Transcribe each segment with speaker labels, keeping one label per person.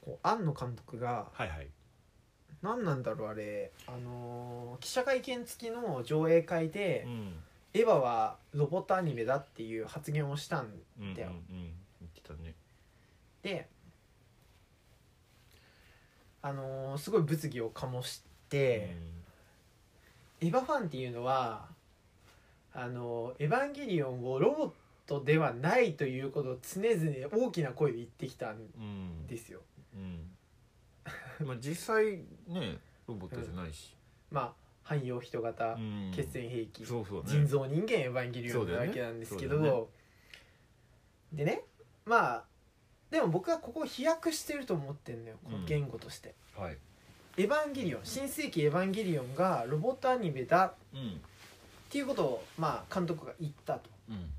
Speaker 1: こう庵野監督が
Speaker 2: はいはい
Speaker 1: 何なんだろうあれ、あのー記者会見付きの上映会で、
Speaker 2: うん
Speaker 1: エヴァはロボットアニメだっていう発言をしたん
Speaker 2: うんうんうん
Speaker 1: だよ
Speaker 2: 言ってたね
Speaker 1: で、あのーすごい物議を醸して、エヴァファンっていうのはあのエヴァンゲリオンをロボットではないということを常々大きな声で言ってきたん
Speaker 2: うんうん
Speaker 1: ですよ。
Speaker 2: うんまあ実際ねロボットじゃないし
Speaker 1: まあ汎用人型
Speaker 2: うん
Speaker 1: 血縁兵器、
Speaker 2: そうそうね
Speaker 1: 人造人間エヴァンゲリオンなわけなんですけど、
Speaker 2: そうだよ
Speaker 1: でねまあでも僕はここ飛躍してると思ってんのよこの言語として。
Speaker 2: はい
Speaker 1: エヴァンゲリオン新世紀エヴァンゲリオンがロボットアニメだ
Speaker 2: うん
Speaker 1: っていうことを、まあ、監督が言ったと。
Speaker 2: うん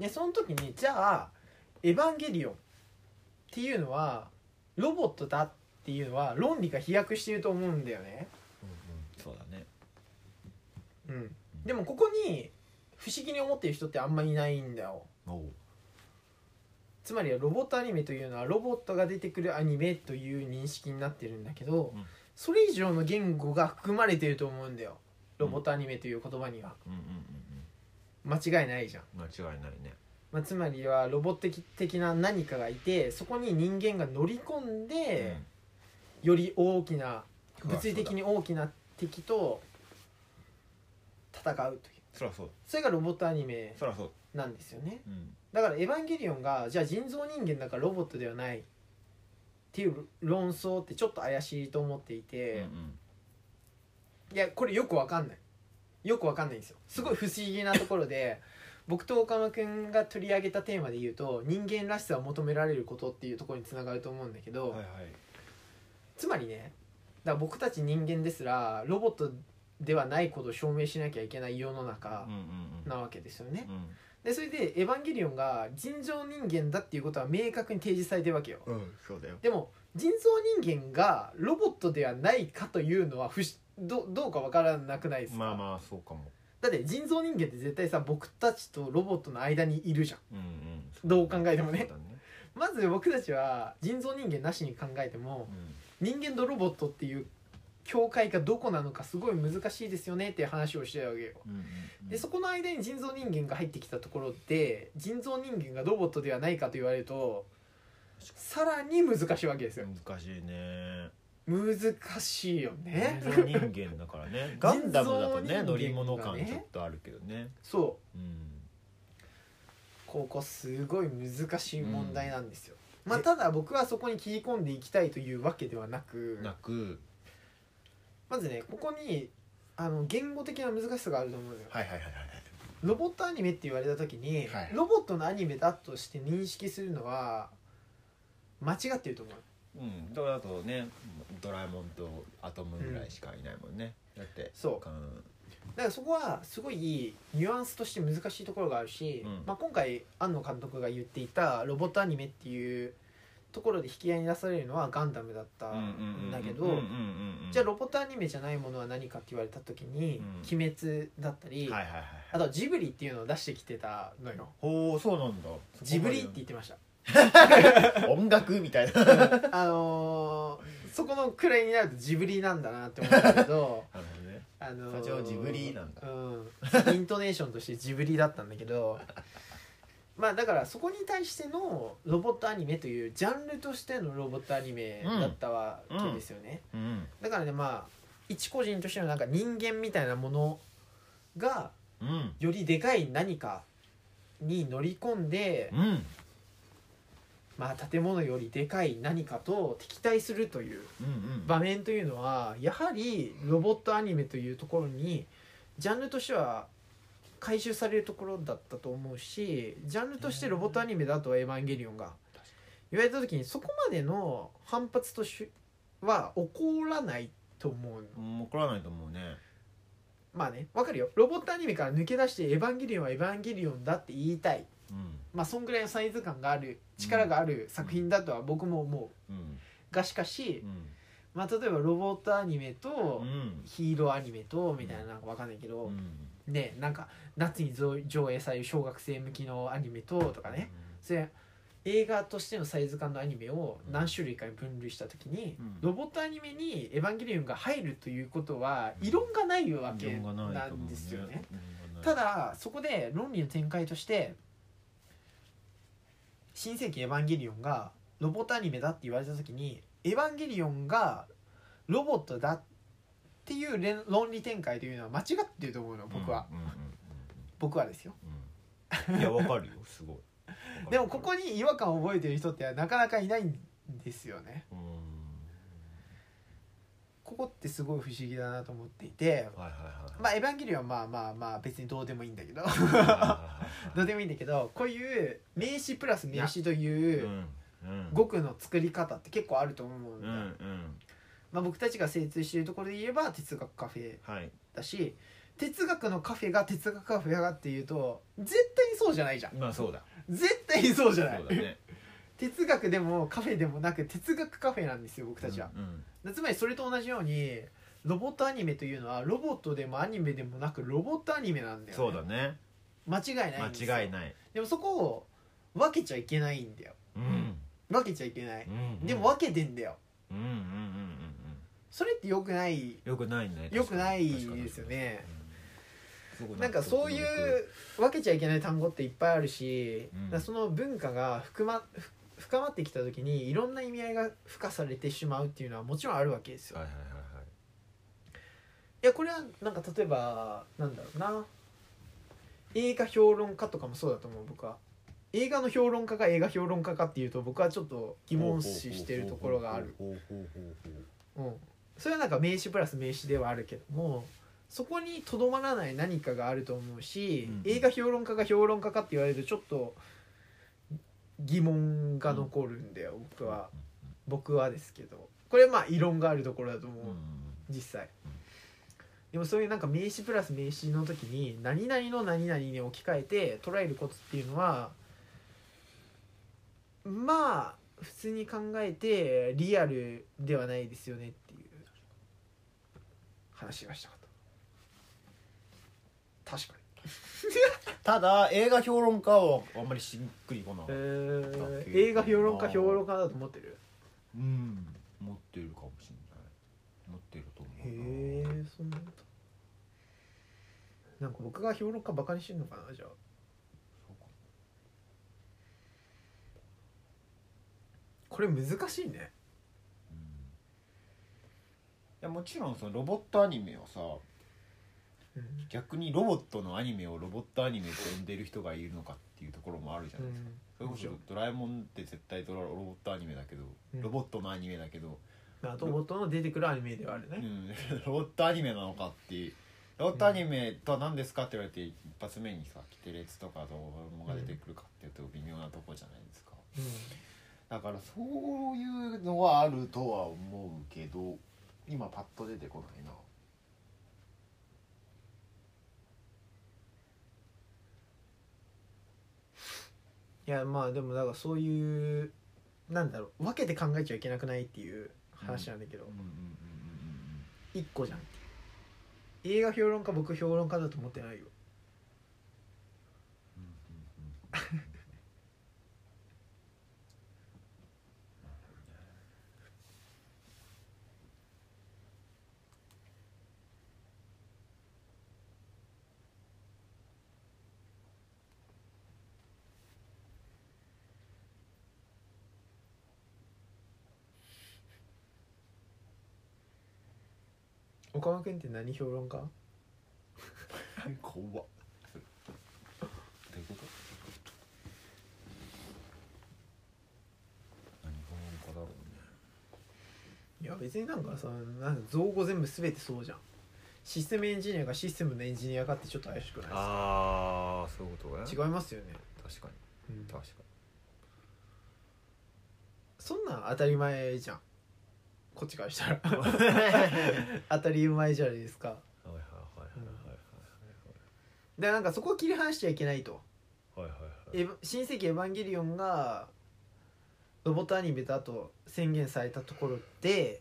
Speaker 1: でその時にじゃあ「エヴァンゲリオン」っていうのはロボットだっていうのは論理が飛躍していると思うんだよね。
Speaker 2: そうだね
Speaker 1: うん、でもここに不思議に思ってる人ってあんまりいないんだよ。
Speaker 2: おう
Speaker 1: つまりはロボットアニメというのはロボットが出てくるアニメという認識になってるんだけど、
Speaker 2: うん
Speaker 1: それ以上の言語が含まれてると思うんだよロボットアニメという言葉には
Speaker 2: うんうん
Speaker 1: 間違いないじゃん、
Speaker 2: うんうん間違いないね
Speaker 1: まあ、つまりはロボット的な何かがいてそこに人間が乗り込んで、より大きな
Speaker 2: うん
Speaker 1: 物理的に大きな敵と戦うという
Speaker 2: そらそうだ
Speaker 1: それがロボットアニメ
Speaker 2: そらそう
Speaker 1: なんですよね
Speaker 2: だ
Speaker 1: だ
Speaker 2: うん
Speaker 1: から「エヴァンゲリオン」がじゃあ人造人間だからロボットではないっていう論争ってちょっと怪しいと思っていて、
Speaker 2: うん
Speaker 1: いやこれよくわかんないよくわかんないんですよすごい不思議なところで 僕と岡間君が取り上げたテーマで言うと人間らしさを求められることっていうところにつながると思うんだけ
Speaker 2: う
Speaker 1: ど、
Speaker 2: んはいはい
Speaker 1: つまりねだから僕たち人間ですらロボットではないことを証明しなきゃいけない世の中
Speaker 2: うんうんうん
Speaker 1: なわけですよね。
Speaker 2: うん
Speaker 1: でそれで「エヴァンゲリオン」が人造人間だっていうことは明確に提示されてるわけよ。
Speaker 2: うんそうだよ
Speaker 1: でも人造人間がロボットではないかというのは不しどどうかわからなくないですか、
Speaker 2: まあまあそうかも
Speaker 1: だって人造人間って絶対さ僕たちとロボットの間にいるじゃん
Speaker 2: うんうん
Speaker 1: どう考えてもね
Speaker 2: そうだ
Speaker 1: まず僕たちは人造人間なしに考えても
Speaker 2: うん
Speaker 1: 人間とロボットっていう境界がどこなのかすごい難しいですよねっていう話をしてたわけよ
Speaker 2: うんうんうん
Speaker 1: でそこの間に人造人間が入ってきたところで人造人間がロボットではないかと言われるとさらに難しいわけですよ
Speaker 2: 難しいね
Speaker 1: 難しいよね
Speaker 2: 人造人間だか らねガンダムだと
Speaker 1: 人造人間
Speaker 2: ね
Speaker 1: がね
Speaker 2: 乗り物感ちょっとあるけどね
Speaker 1: そう
Speaker 2: うん
Speaker 1: ここすごい難しい問題なんですよ、
Speaker 2: うん
Speaker 1: まあ
Speaker 2: え
Speaker 1: ただ僕はそこに切り込んでいきたいというわけではなく
Speaker 2: なく
Speaker 1: まずねここにあの言語的な難しさがあると思うのよ
Speaker 2: はいはいはいはい
Speaker 1: ロボットアニメって言われた時に、
Speaker 2: はい
Speaker 1: ロボットのアニメだとして認識するのは間違ってると思う
Speaker 2: うんだからあとねドラえもんとアトムぐらいしかいないもんねだって
Speaker 1: そう
Speaker 2: うん
Speaker 1: だからそこはすごいニュアンスとして難しいところがあるし、
Speaker 2: うん
Speaker 1: まあ、今回庵野監督が言っていたロボットアニメっていうところで引き合いに出されるのはガンダムだったんだけど、
Speaker 2: うんうんうんうんうん
Speaker 1: じゃあロボットアニメじゃないものは何かって言われた時に「
Speaker 2: うん
Speaker 1: 鬼滅」だったり、
Speaker 2: はいはいはい
Speaker 1: あとはジブリっていうのを出してきてたのよ
Speaker 2: ほうそうなんだ
Speaker 1: ジブリって言ってました
Speaker 2: 音楽 みたいな
Speaker 1: あのーそこのくらいになるとジブリなんだなって思うんだけ ど
Speaker 2: なるほどね
Speaker 1: あのー
Speaker 2: 課長ジブリなんだ
Speaker 1: うんイントネーションとしてジブリだったんだけ どまあだからそこに対してのロボットアニメというジャンルとしてのロボットアニメだったわけですよね、
Speaker 2: うん
Speaker 1: だからねまあ一個人としてのなんか人間みたいなものが
Speaker 2: うん
Speaker 1: よりでかい何かに乗り込んで、
Speaker 2: うん
Speaker 1: まあ、建物よりでかい何かと敵対するという
Speaker 2: うん
Speaker 1: 場面というのはやはりロボットアニメというところにジャンルとしては回収されるところだったと思うしジャンルとしてロボットアニメだと「エヴァンゲリオンが」言われた時にそこまでの反発としは起こらないと思うの
Speaker 2: うん怒らないと思うね
Speaker 1: まあねわかるよロボットアニメから抜け出して「エヴァンゲリオンはエヴァンゲリオンだ」って言いたい
Speaker 2: うん
Speaker 1: まあそんぐらいのサイズ感がある力がある作品だとは僕も思う
Speaker 2: うん
Speaker 1: がしかし
Speaker 2: う、ん
Speaker 1: まあ、例えばロボットアニメと
Speaker 2: うん
Speaker 1: ヒーローアニメとみたいななんかわかんないけど、ねなんか夏にぞ上映される小学生向きのアニメととかねそれ映画としてのサイズ感のアニメを何種類かに分類した時に、
Speaker 2: うん
Speaker 1: ロボットアニメに「エヴァンゲリオン」が入るということは
Speaker 2: うん
Speaker 1: 異論がないわ
Speaker 2: 異
Speaker 1: け
Speaker 2: 論がな
Speaker 1: ない
Speaker 2: と思
Speaker 1: ん
Speaker 2: う
Speaker 1: ですよね。
Speaker 2: 異論がない
Speaker 1: ただそこで論理の展開として「新世紀エヴァンゲリオン」がロボットアニメだって言われた時に「エヴァンゲリオン」がロボットだっていうれん論理展開というのは間違ってると思うの僕は、
Speaker 2: うんうんうん
Speaker 1: 僕はですよ
Speaker 2: うんうんいやわかるよすごいわか る
Speaker 1: でもここに違和感を覚えてる人ってなかなかいないんですよね
Speaker 2: うん
Speaker 1: ここってすごい不思議だなと思っていて
Speaker 2: はいはい
Speaker 1: ま
Speaker 2: はい
Speaker 1: あエヴァンゲリオンはまあまあまあ別にどうでもいいんだけど
Speaker 2: はい
Speaker 1: どうでもいいんだけどこういう名詞プラス名詞と
Speaker 2: う
Speaker 1: いうん
Speaker 2: うん
Speaker 1: 語句の作り方って結構あると思う
Speaker 2: うんん
Speaker 1: だ、
Speaker 2: うん
Speaker 1: まあ、僕たちが精通しているところで言えば哲学カフェ
Speaker 2: はい
Speaker 1: だし哲学のカフェが哲学カフェがっていうと絶対にそうじゃないじゃん
Speaker 2: まあそうだ
Speaker 1: 絶対にそうじゃない、
Speaker 2: そうだね
Speaker 1: 哲学でもカフェでもなく哲学カフェなんですよ僕たちは、
Speaker 2: うん
Speaker 1: でつまりそれと同じようにロボットアニメというのはロボットでもアニメでもなくロボットアニメなんだよ、ね、
Speaker 2: そうだね
Speaker 1: 間違いないんですよ
Speaker 2: 間違いない
Speaker 1: でもそこを分けちゃいけないんだよ
Speaker 2: うん
Speaker 1: 分けちゃいけない、
Speaker 2: うん
Speaker 1: でも分けてんだよ
Speaker 2: うんうんうんうんうん
Speaker 1: それって良くない
Speaker 2: よくないね
Speaker 1: 良くない
Speaker 2: 確かに
Speaker 1: ですよね
Speaker 2: 確かに
Speaker 1: なんかそういう分けちゃいけない単語っていっぱいあるし、
Speaker 2: うん
Speaker 1: だからその文化が含まふ深まってきた時にいろんな意味合いが付加されてしまうっていうのはもちろんあるわけですよ。
Speaker 2: はいはいはい
Speaker 1: いやこれはなんか例えばなんだろうな映画評論家とかもそうだと思う僕は。映画の評論家が映画評論家かっていうと僕はちょっと疑問視してるところがある。
Speaker 2: ほうほうほうほう
Speaker 1: うん、それはなんか名詞プラス名詞ではあるけどもそこにとどまらない何かがあると思うし、
Speaker 2: うん
Speaker 1: 映画評論家が評論家かって言われるとちょっと疑問が残るんだよ、僕は僕はですけどこれまあ異論があるところだと思う、
Speaker 2: うんうん
Speaker 1: 実際
Speaker 2: うん
Speaker 1: でもそういうなんか名詞プラス名詞の時に何々の何々に置き換えて捉えることっていうのはまあ普通に考えてリアルではないですよねっていう話がしたかった確かに
Speaker 2: ただ映画評論家はあんまりしっくりこない
Speaker 1: えー
Speaker 2: だけどな
Speaker 1: 映画評論家評論家だと思ってる
Speaker 2: うん持ってるかもしれない持ってると思
Speaker 1: へ
Speaker 2: う
Speaker 1: えそんなんだなんか僕が評論家バカにしてんのかなじゃあ
Speaker 2: そうか
Speaker 1: これ難しいね
Speaker 2: うんいやもちろんそのロボットアニメをさ
Speaker 1: うん
Speaker 2: 逆にロボットのアニメをロボットアニメと呼んでる人がいるのかっていうところもあるじゃ
Speaker 1: う
Speaker 2: ないですか、
Speaker 1: ん
Speaker 2: それこそドラえもんって絶対ドラロボットアニメだけど、
Speaker 1: うん
Speaker 2: ロボットのアニメだけど、
Speaker 1: まあロボットの出てくるアニメではある
Speaker 2: う
Speaker 1: ね、
Speaker 2: ん、ロボットアニメなのかっていうロボットアニメとは何ですかって言われて一発目にさ「キテレツ」とか「ドラえもん」が出てくるかっていうと微妙なとこじゃないですかだからそういうのはあるとは思うけど今パッと出てこないな
Speaker 1: うんいやまあでもだからそういうなんだろう分けて考えちゃいけなくないっていう話なんだけど、
Speaker 2: うんうんうん
Speaker 1: 一個じゃんっていう映画評論家僕評論家だと思ってないよ
Speaker 2: うんうんうんうん
Speaker 1: 岡間君って何評論家
Speaker 2: 怖っどういうこと何がなんかだろう
Speaker 1: いや別になんかさなんか造語全部全てそうじゃんシステムエンジニアがシステムのエンジニアかってちょっと怪しく
Speaker 2: ね
Speaker 1: な
Speaker 2: ああそういうことね
Speaker 1: いですか違いますよね、
Speaker 2: 確かに
Speaker 1: うん
Speaker 2: 確か
Speaker 1: そんなん当たり前じゃんこっちから したら
Speaker 2: にはいはいはいはいはい
Speaker 1: 当たり前じゃないですかでなんかそこを切り離しちゃいけないと
Speaker 2: はいはいはい
Speaker 1: 「エヴァ新世紀エヴァンゲリオン」がロボットアニメだと宣言されたところで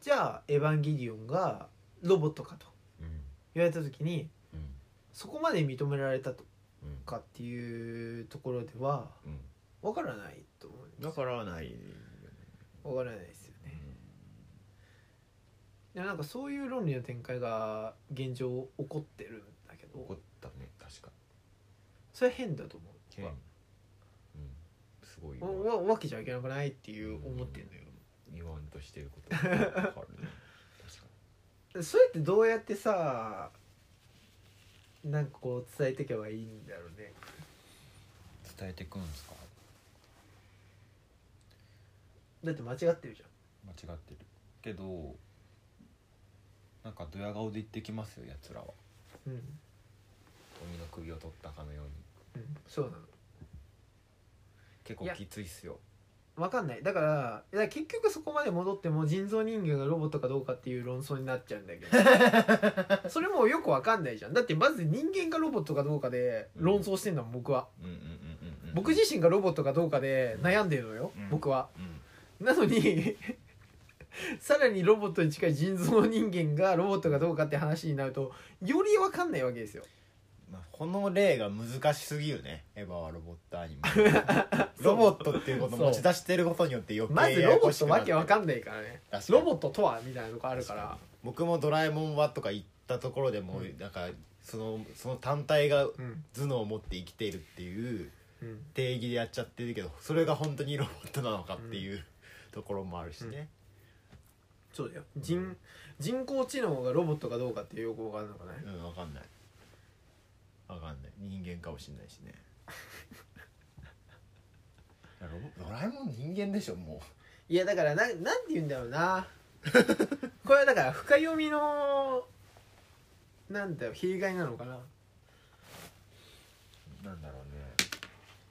Speaker 1: じゃあ「エヴァンゲリオン」がロボットかと
Speaker 2: うん
Speaker 1: 言われた時に
Speaker 2: うん
Speaker 1: そこまで認められたと
Speaker 2: うん
Speaker 1: かっていうところでは
Speaker 2: うん
Speaker 1: わからないと思うんですよ
Speaker 2: だからないよね
Speaker 1: わからないですよね、でもなんかそういう論理の展開が現状起こってるんだけ
Speaker 2: 怒
Speaker 1: ど
Speaker 2: ったね確か
Speaker 1: それは変だと思う
Speaker 2: 変うんすごいわ
Speaker 1: わわけじゃいけなくないっていう思ってんだよ、
Speaker 2: 言わんとしてることがわかるね確か
Speaker 1: それってどうやってさなんかこう伝えていけばいいんだろうね
Speaker 3: 伝えていくんですか
Speaker 1: だって間違ってるじ
Speaker 3: 間違ってるけどなんかドヤ顔で言ってきますよやつらは
Speaker 1: ゃんうん、
Speaker 3: 鬼の首を取ったかのように
Speaker 1: うん、そうなの
Speaker 3: 結
Speaker 1: い
Speaker 3: 構
Speaker 1: や
Speaker 3: きついっすよ
Speaker 1: わかんないだからだから結局そこまで戻っても人造人間がロボットかどうかっていう論争になっちゃうんだけ どそれもよくわかんないじゃんだってまず人間がロボットかどうかで論争してんだもん僕は
Speaker 2: にうんうんうんうんうん
Speaker 1: 僕自身がロボットかどうかで悩んでるのよ、
Speaker 2: うん
Speaker 1: 僕は
Speaker 2: うん
Speaker 1: なのに さらにロボットに近い人造人間がロボットかどうかって話になるとよりわかんないわけですよ
Speaker 2: まあこの例が難しすぎるねエヴァはロボットアニ メロボットっていうことを持ち出してることによって余
Speaker 1: ま
Speaker 2: 計
Speaker 1: ず
Speaker 2: やや
Speaker 1: ロボ
Speaker 2: こし
Speaker 1: ット
Speaker 2: くな
Speaker 1: わ
Speaker 2: って
Speaker 1: け
Speaker 2: る
Speaker 1: わかんないからね
Speaker 2: 確かに
Speaker 1: ロボットとはみたいなとこあるから
Speaker 2: 僕も「ドラえもんは」とか言ったところでもう
Speaker 1: うん
Speaker 2: なんかそのその単体が
Speaker 1: うん
Speaker 2: 頭脳を持って生きているっていう
Speaker 1: うん
Speaker 2: 定義でやっちゃってるけどそれが本当にロボットなのかっていう、ところもあるしね、
Speaker 1: そうだよ人人工知能がロボットかどうかっていうよくわかんなくない
Speaker 2: うん分かんない分かんない人間かもしんないし ねいやロボドラえもん人間でしょも
Speaker 1: いやだからななんて言うんだろう なこれはだから深読みのなんだよ弊害なのかな
Speaker 2: うなんだろうね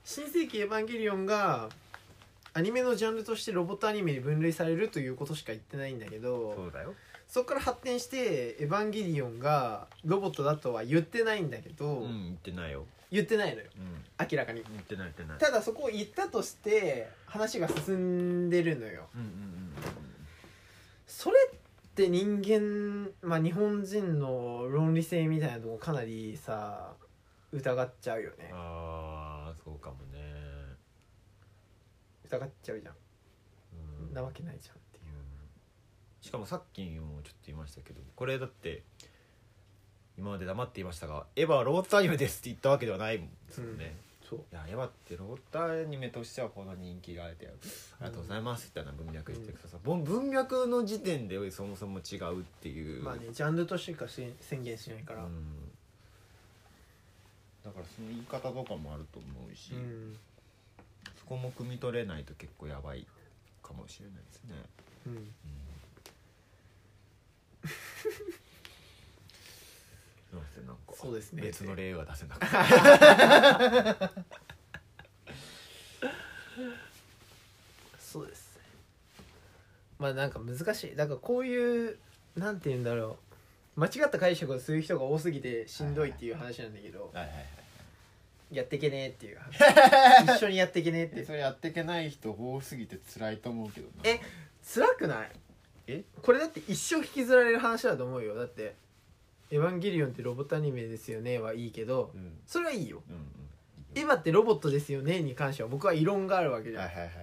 Speaker 1: 新世紀エヴァンゲリオンがアニメのジャンルとしてロボットアニメに分類されるということしか言ってないんだけど
Speaker 2: うだよ
Speaker 1: そこから発展してエヴァンゲリオンがロボットだとは言ってないんだけど、
Speaker 2: うん言ってないよ
Speaker 1: 言ってないのよ
Speaker 2: うん
Speaker 1: 明らかに
Speaker 2: 言ってない言ってない
Speaker 1: ただそこを言ったとして話が進んでるのよ
Speaker 2: うんうんうん
Speaker 1: それって人間まあ日本人の論理性みたいなとこかなりさ疑っちゃうよね
Speaker 2: ああそうかもね
Speaker 1: 疑っちゃうじゃん
Speaker 2: うん
Speaker 1: なわけないじゃんっていう
Speaker 2: しかもさっきもちょっと言いましたけどこれだって今まで黙っていましたが「エヴァはロボットアニメです」って言ったわけではないもんですもんね、
Speaker 1: そう
Speaker 2: いやエヴァってロボットアニメとしてはこの人気があえてありがとうございますみたいな文脈してください、ぼん文脈の時点でそもそも違うっていう、
Speaker 1: まあねジャンルとしてしか宣宣言しないから
Speaker 2: うんだからその言い方とかもあると思うし、
Speaker 1: うん
Speaker 2: そこも汲み取れないと結構やばいかもしれないですね、
Speaker 1: うん
Speaker 2: すいませんなんか
Speaker 1: そうですね
Speaker 2: 別の例は出せなかった
Speaker 1: そうですねまあなんか難しいだからこういうなんて言うんだろう間違った解釈をする人が多すぎてしんどいっていう話なんだけど、
Speaker 2: はいはいはい
Speaker 1: やってけねえっていう話 一緒にやってけねえっ
Speaker 3: で
Speaker 1: て
Speaker 3: それやっていけない人多すぎて辛いと思うけどな
Speaker 1: え辛くない
Speaker 2: え
Speaker 1: これだって一生引きずられる話だと思うよだって「エヴァンゲリオンってロボットアニメですよね」はいいけど
Speaker 2: うん
Speaker 1: それはいいよ
Speaker 2: うん
Speaker 1: 「エヴァってロボットですよね」に関しては僕は異論があるわけじゃん、
Speaker 2: はいはいはい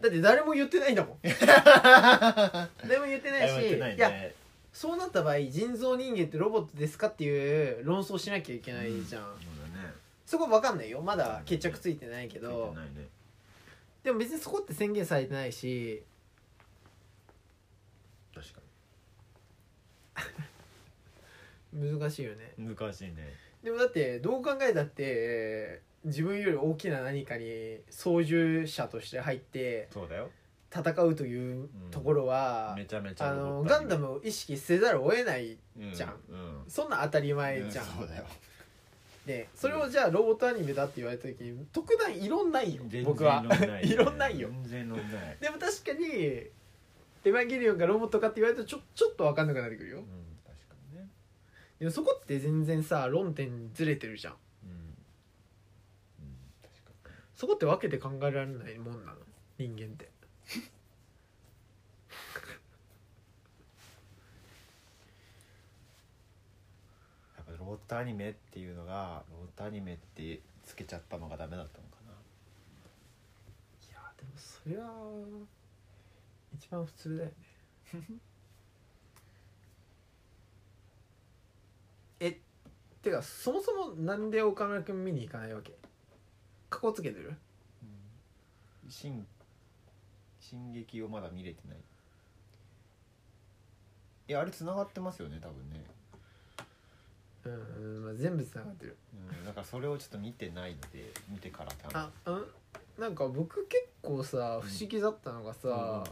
Speaker 1: だって誰も言ってないんだもん誰も言ってないし
Speaker 2: はいはい
Speaker 1: いやそうなった場合人造人間ってロボットですかっていう論争しなきゃいけないじゃん、
Speaker 2: そうだね
Speaker 1: そこ分かんないよまだ決着ついてないけ
Speaker 2: つい
Speaker 1: ど、
Speaker 2: てないね
Speaker 1: でも別にそこって宣言されてないし
Speaker 2: 確か
Speaker 1: 難しいよね
Speaker 2: に難しいね
Speaker 1: でもだってどう考えたって自分より大きな何かに操縦者として入って
Speaker 2: そうだよ
Speaker 1: 戦うというところは、
Speaker 2: めちゃめちゃ
Speaker 1: あのガンダムを意識せざるを得ないじゃん
Speaker 2: うん
Speaker 1: そんな当たり
Speaker 3: う
Speaker 1: 前
Speaker 3: ん
Speaker 1: じゃん、
Speaker 3: そうだよ
Speaker 1: でそれをじゃあロボットアニメだって言われた時に特段異論ないよ僕は異論ないよ
Speaker 2: 全然飲んない
Speaker 1: でも確かにエヴァンゲリオンがロボットかって言われるとちょちょっと分かんなくなってくるよ
Speaker 2: うん確かにね
Speaker 1: でもそこって全然さ論点ずれてるじゃん
Speaker 2: うんうん確か
Speaker 1: そこって分けて考えられないもんなの人間って
Speaker 2: にやっぱロボットアニメっていうのがロボットアニメってつけちゃったのがダメだったのかな
Speaker 1: それは一番普通だよね えってかそもそもなんで岡村君見に行かないわけかっこつけてる
Speaker 2: 進進撃をまだ見れてないえあれ繋がってますよね多分ね、
Speaker 1: うん、うんまあ、全部つながってる
Speaker 2: うん、だからそれをちょっと見てないので見てから多分
Speaker 1: あうんなんか僕結構さ不思議だったのがさ、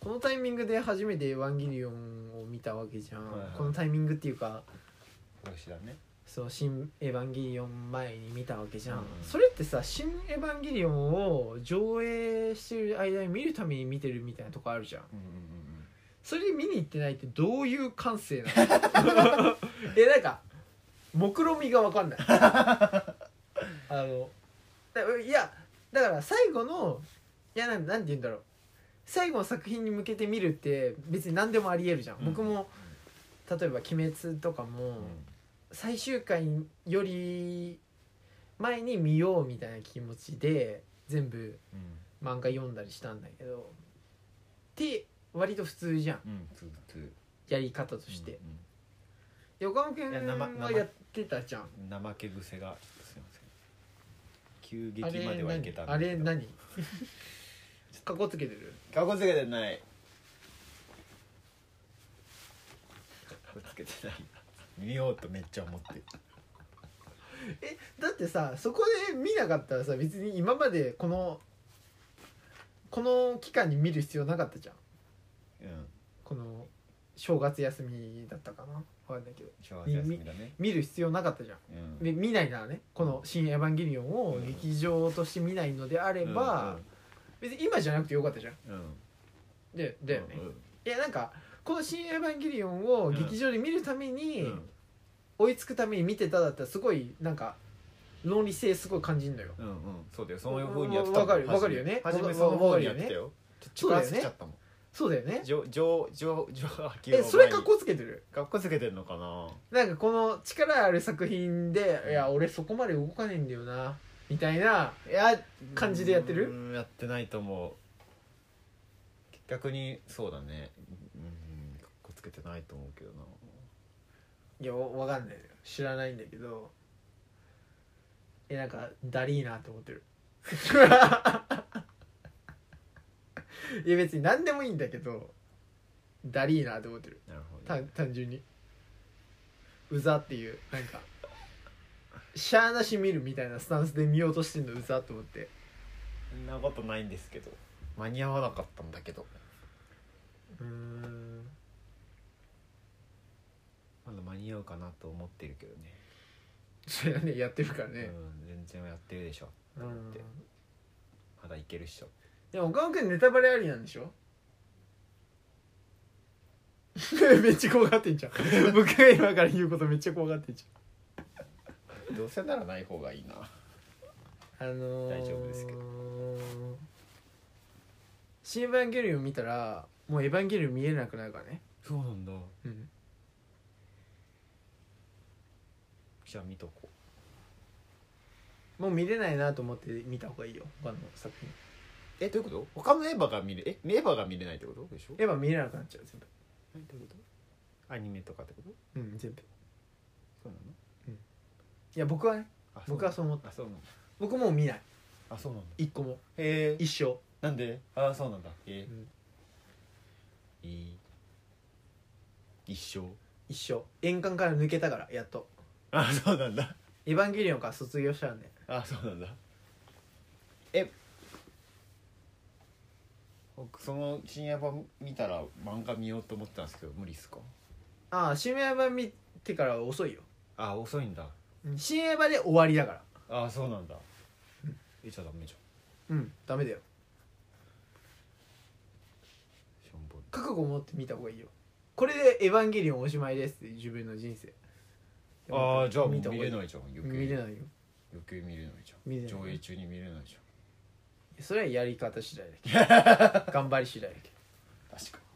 Speaker 1: このタイミングで初めて「エヴァンゲリオン」を見たわけじゃん、
Speaker 2: はいはい
Speaker 1: このタイミングっていうか
Speaker 2: 私だね
Speaker 1: その新エヴァンゲリオン前に見たわけじゃん、
Speaker 2: うん
Speaker 1: それってさ新エヴァンゲリオンを上映してる間に見るために見てるみたいなとこあるじゃん
Speaker 2: うんうんうん
Speaker 1: それで見に行ってないってどういう感性なの えなんか目論みが分かんない あのだいやだから最後のいやなんなんて言うんだろう最後の作品に向けて見るって別に何でもありえるじゃん、
Speaker 2: うん
Speaker 1: 僕も例えば「鬼滅」とかも、最終回より前に見ようみたいな気持ちで全部
Speaker 2: う
Speaker 1: 漫画読んだりしたんだけどって割と普通じゃん
Speaker 2: んうんうんツーツー
Speaker 1: やり方として、
Speaker 2: うん
Speaker 1: で岡本君
Speaker 2: いや生生
Speaker 1: はやってたじゃん
Speaker 2: うん怠け癖がすいません急激
Speaker 1: あれ
Speaker 2: まではいけた
Speaker 1: 何
Speaker 2: んだ
Speaker 1: あ
Speaker 2: けど
Speaker 1: れ何 かっこつけてる
Speaker 2: かっこつけてないかっこつけてない見ようとめっちゃ思ってる
Speaker 1: えだってさそこで見なかったらさ別に今までこのこの期間に見る必要なかったじゃん
Speaker 2: うん
Speaker 1: この正月休みだったかなわかんないけど
Speaker 2: 正月休みだね
Speaker 1: 見る必要なかったじゃん
Speaker 2: うん
Speaker 1: で見ないならねこの「新エヴァンゲリオン」を劇場として見ないのであれば、別に今じゃなくてよかったじゃん
Speaker 2: うんうん
Speaker 1: でだよね、
Speaker 2: うん
Speaker 1: いやなんかこの「新エヴァンゲリオン」を劇場で見るために、追いつくために見てただったらすごいなんか論理性すごい感じるのよ
Speaker 2: うんうんそうだよそういう風にやってた
Speaker 1: わかるわかるよね
Speaker 2: 初め
Speaker 1: わ
Speaker 2: その
Speaker 1: わ
Speaker 2: 方
Speaker 1: かる
Speaker 2: にや
Speaker 1: よ
Speaker 2: っ
Speaker 1: ね
Speaker 2: てたよ
Speaker 1: そうだよね
Speaker 2: ちょっと力尽きちゃったもん
Speaker 1: そうだよね
Speaker 2: 上上上上上
Speaker 1: えそれかっこつけてる
Speaker 2: かっこつけてんのかな
Speaker 1: なんかこの力ある作品でいや俺そこまで動かねえんだよなみたいない
Speaker 2: や
Speaker 1: 感じでやってる
Speaker 2: うんやってないと思う逆にそうだねうんかっこつけてないと思うけどない
Speaker 1: やわかんないよ知らないんだけどえなんかダリーなって思ってるいや別に何でもいいんだけどダリーなって思ってる
Speaker 2: なるほど
Speaker 1: 単単純にうざっていうなんかしゃーなし見るみたいなスタンスで見ようとしてんのうざと思って
Speaker 2: そんなことないんですけど間に合わなかったんだけど
Speaker 1: うーん
Speaker 2: まだ間に合うかなと思ってるけどね
Speaker 1: それはねやってるからね
Speaker 2: うん全然やってるでしょ
Speaker 1: うん
Speaker 2: ってまだいけるっしょ
Speaker 1: でも岡本君ネタバレありなんでしょ めっちゃ怖がってんじゃ ん僕が今から言うことめっちゃ怖がってんじ
Speaker 2: どうせならない方がいいな
Speaker 1: ゃんあのー、
Speaker 2: 大丈夫ですけど
Speaker 1: 新エヴァンゲリオン見たらもうエヴァンゲリオン見えなくなるからね
Speaker 2: そうなんだ
Speaker 1: うん
Speaker 2: じゃあ見とこ
Speaker 1: もう見れないなと思って見た方がいいよ他の作品
Speaker 2: うえどういうこと他のエヴァが見れえエヴァが見れないってことでしょ
Speaker 1: エヴァ見れなくなっちゃう全部
Speaker 2: えどういうことアニメとかってこと
Speaker 1: うん全部
Speaker 2: そうなの
Speaker 1: いや僕はね
Speaker 2: あ
Speaker 1: 僕はそう思った
Speaker 2: あそうなんだ
Speaker 1: 僕もう見ない
Speaker 2: あそうなんだ
Speaker 1: 一個も
Speaker 2: へえ
Speaker 1: 一生
Speaker 2: なんであそうなんだへ
Speaker 1: うん
Speaker 2: えいい一生
Speaker 1: 一生円環から抜けたからやっと
Speaker 2: あそうなんだ
Speaker 1: 「エヴァンゲリオン」から卒業したらね
Speaker 2: あそうなんだえ僕その深夜版見たら漫画見ようと思ってたんですけど無理っすか
Speaker 1: ああ新エヴァ見てからは遅いよ
Speaker 2: あ遅いんだ
Speaker 1: うん新エヴァで終わりだから
Speaker 2: あそうなんだえじゃあダメじゃ
Speaker 1: うんダメだよ
Speaker 2: んしょんぼり
Speaker 1: 覚悟を持って見た方がいいよこれで「エヴァンゲリオンおしまいです」って自分の人生
Speaker 2: ああじゃあもう
Speaker 1: 見
Speaker 2: 見
Speaker 1: た方がい
Speaker 2: れ
Speaker 1: い
Speaker 2: ないじゃん余計
Speaker 1: 見れないよ
Speaker 2: 余計見れないじゃ
Speaker 1: 見れ
Speaker 2: ん
Speaker 1: ない
Speaker 2: 上映中に見れないじ
Speaker 1: それはやり方次第だけど頑張り次第だけど
Speaker 2: ゃん確かに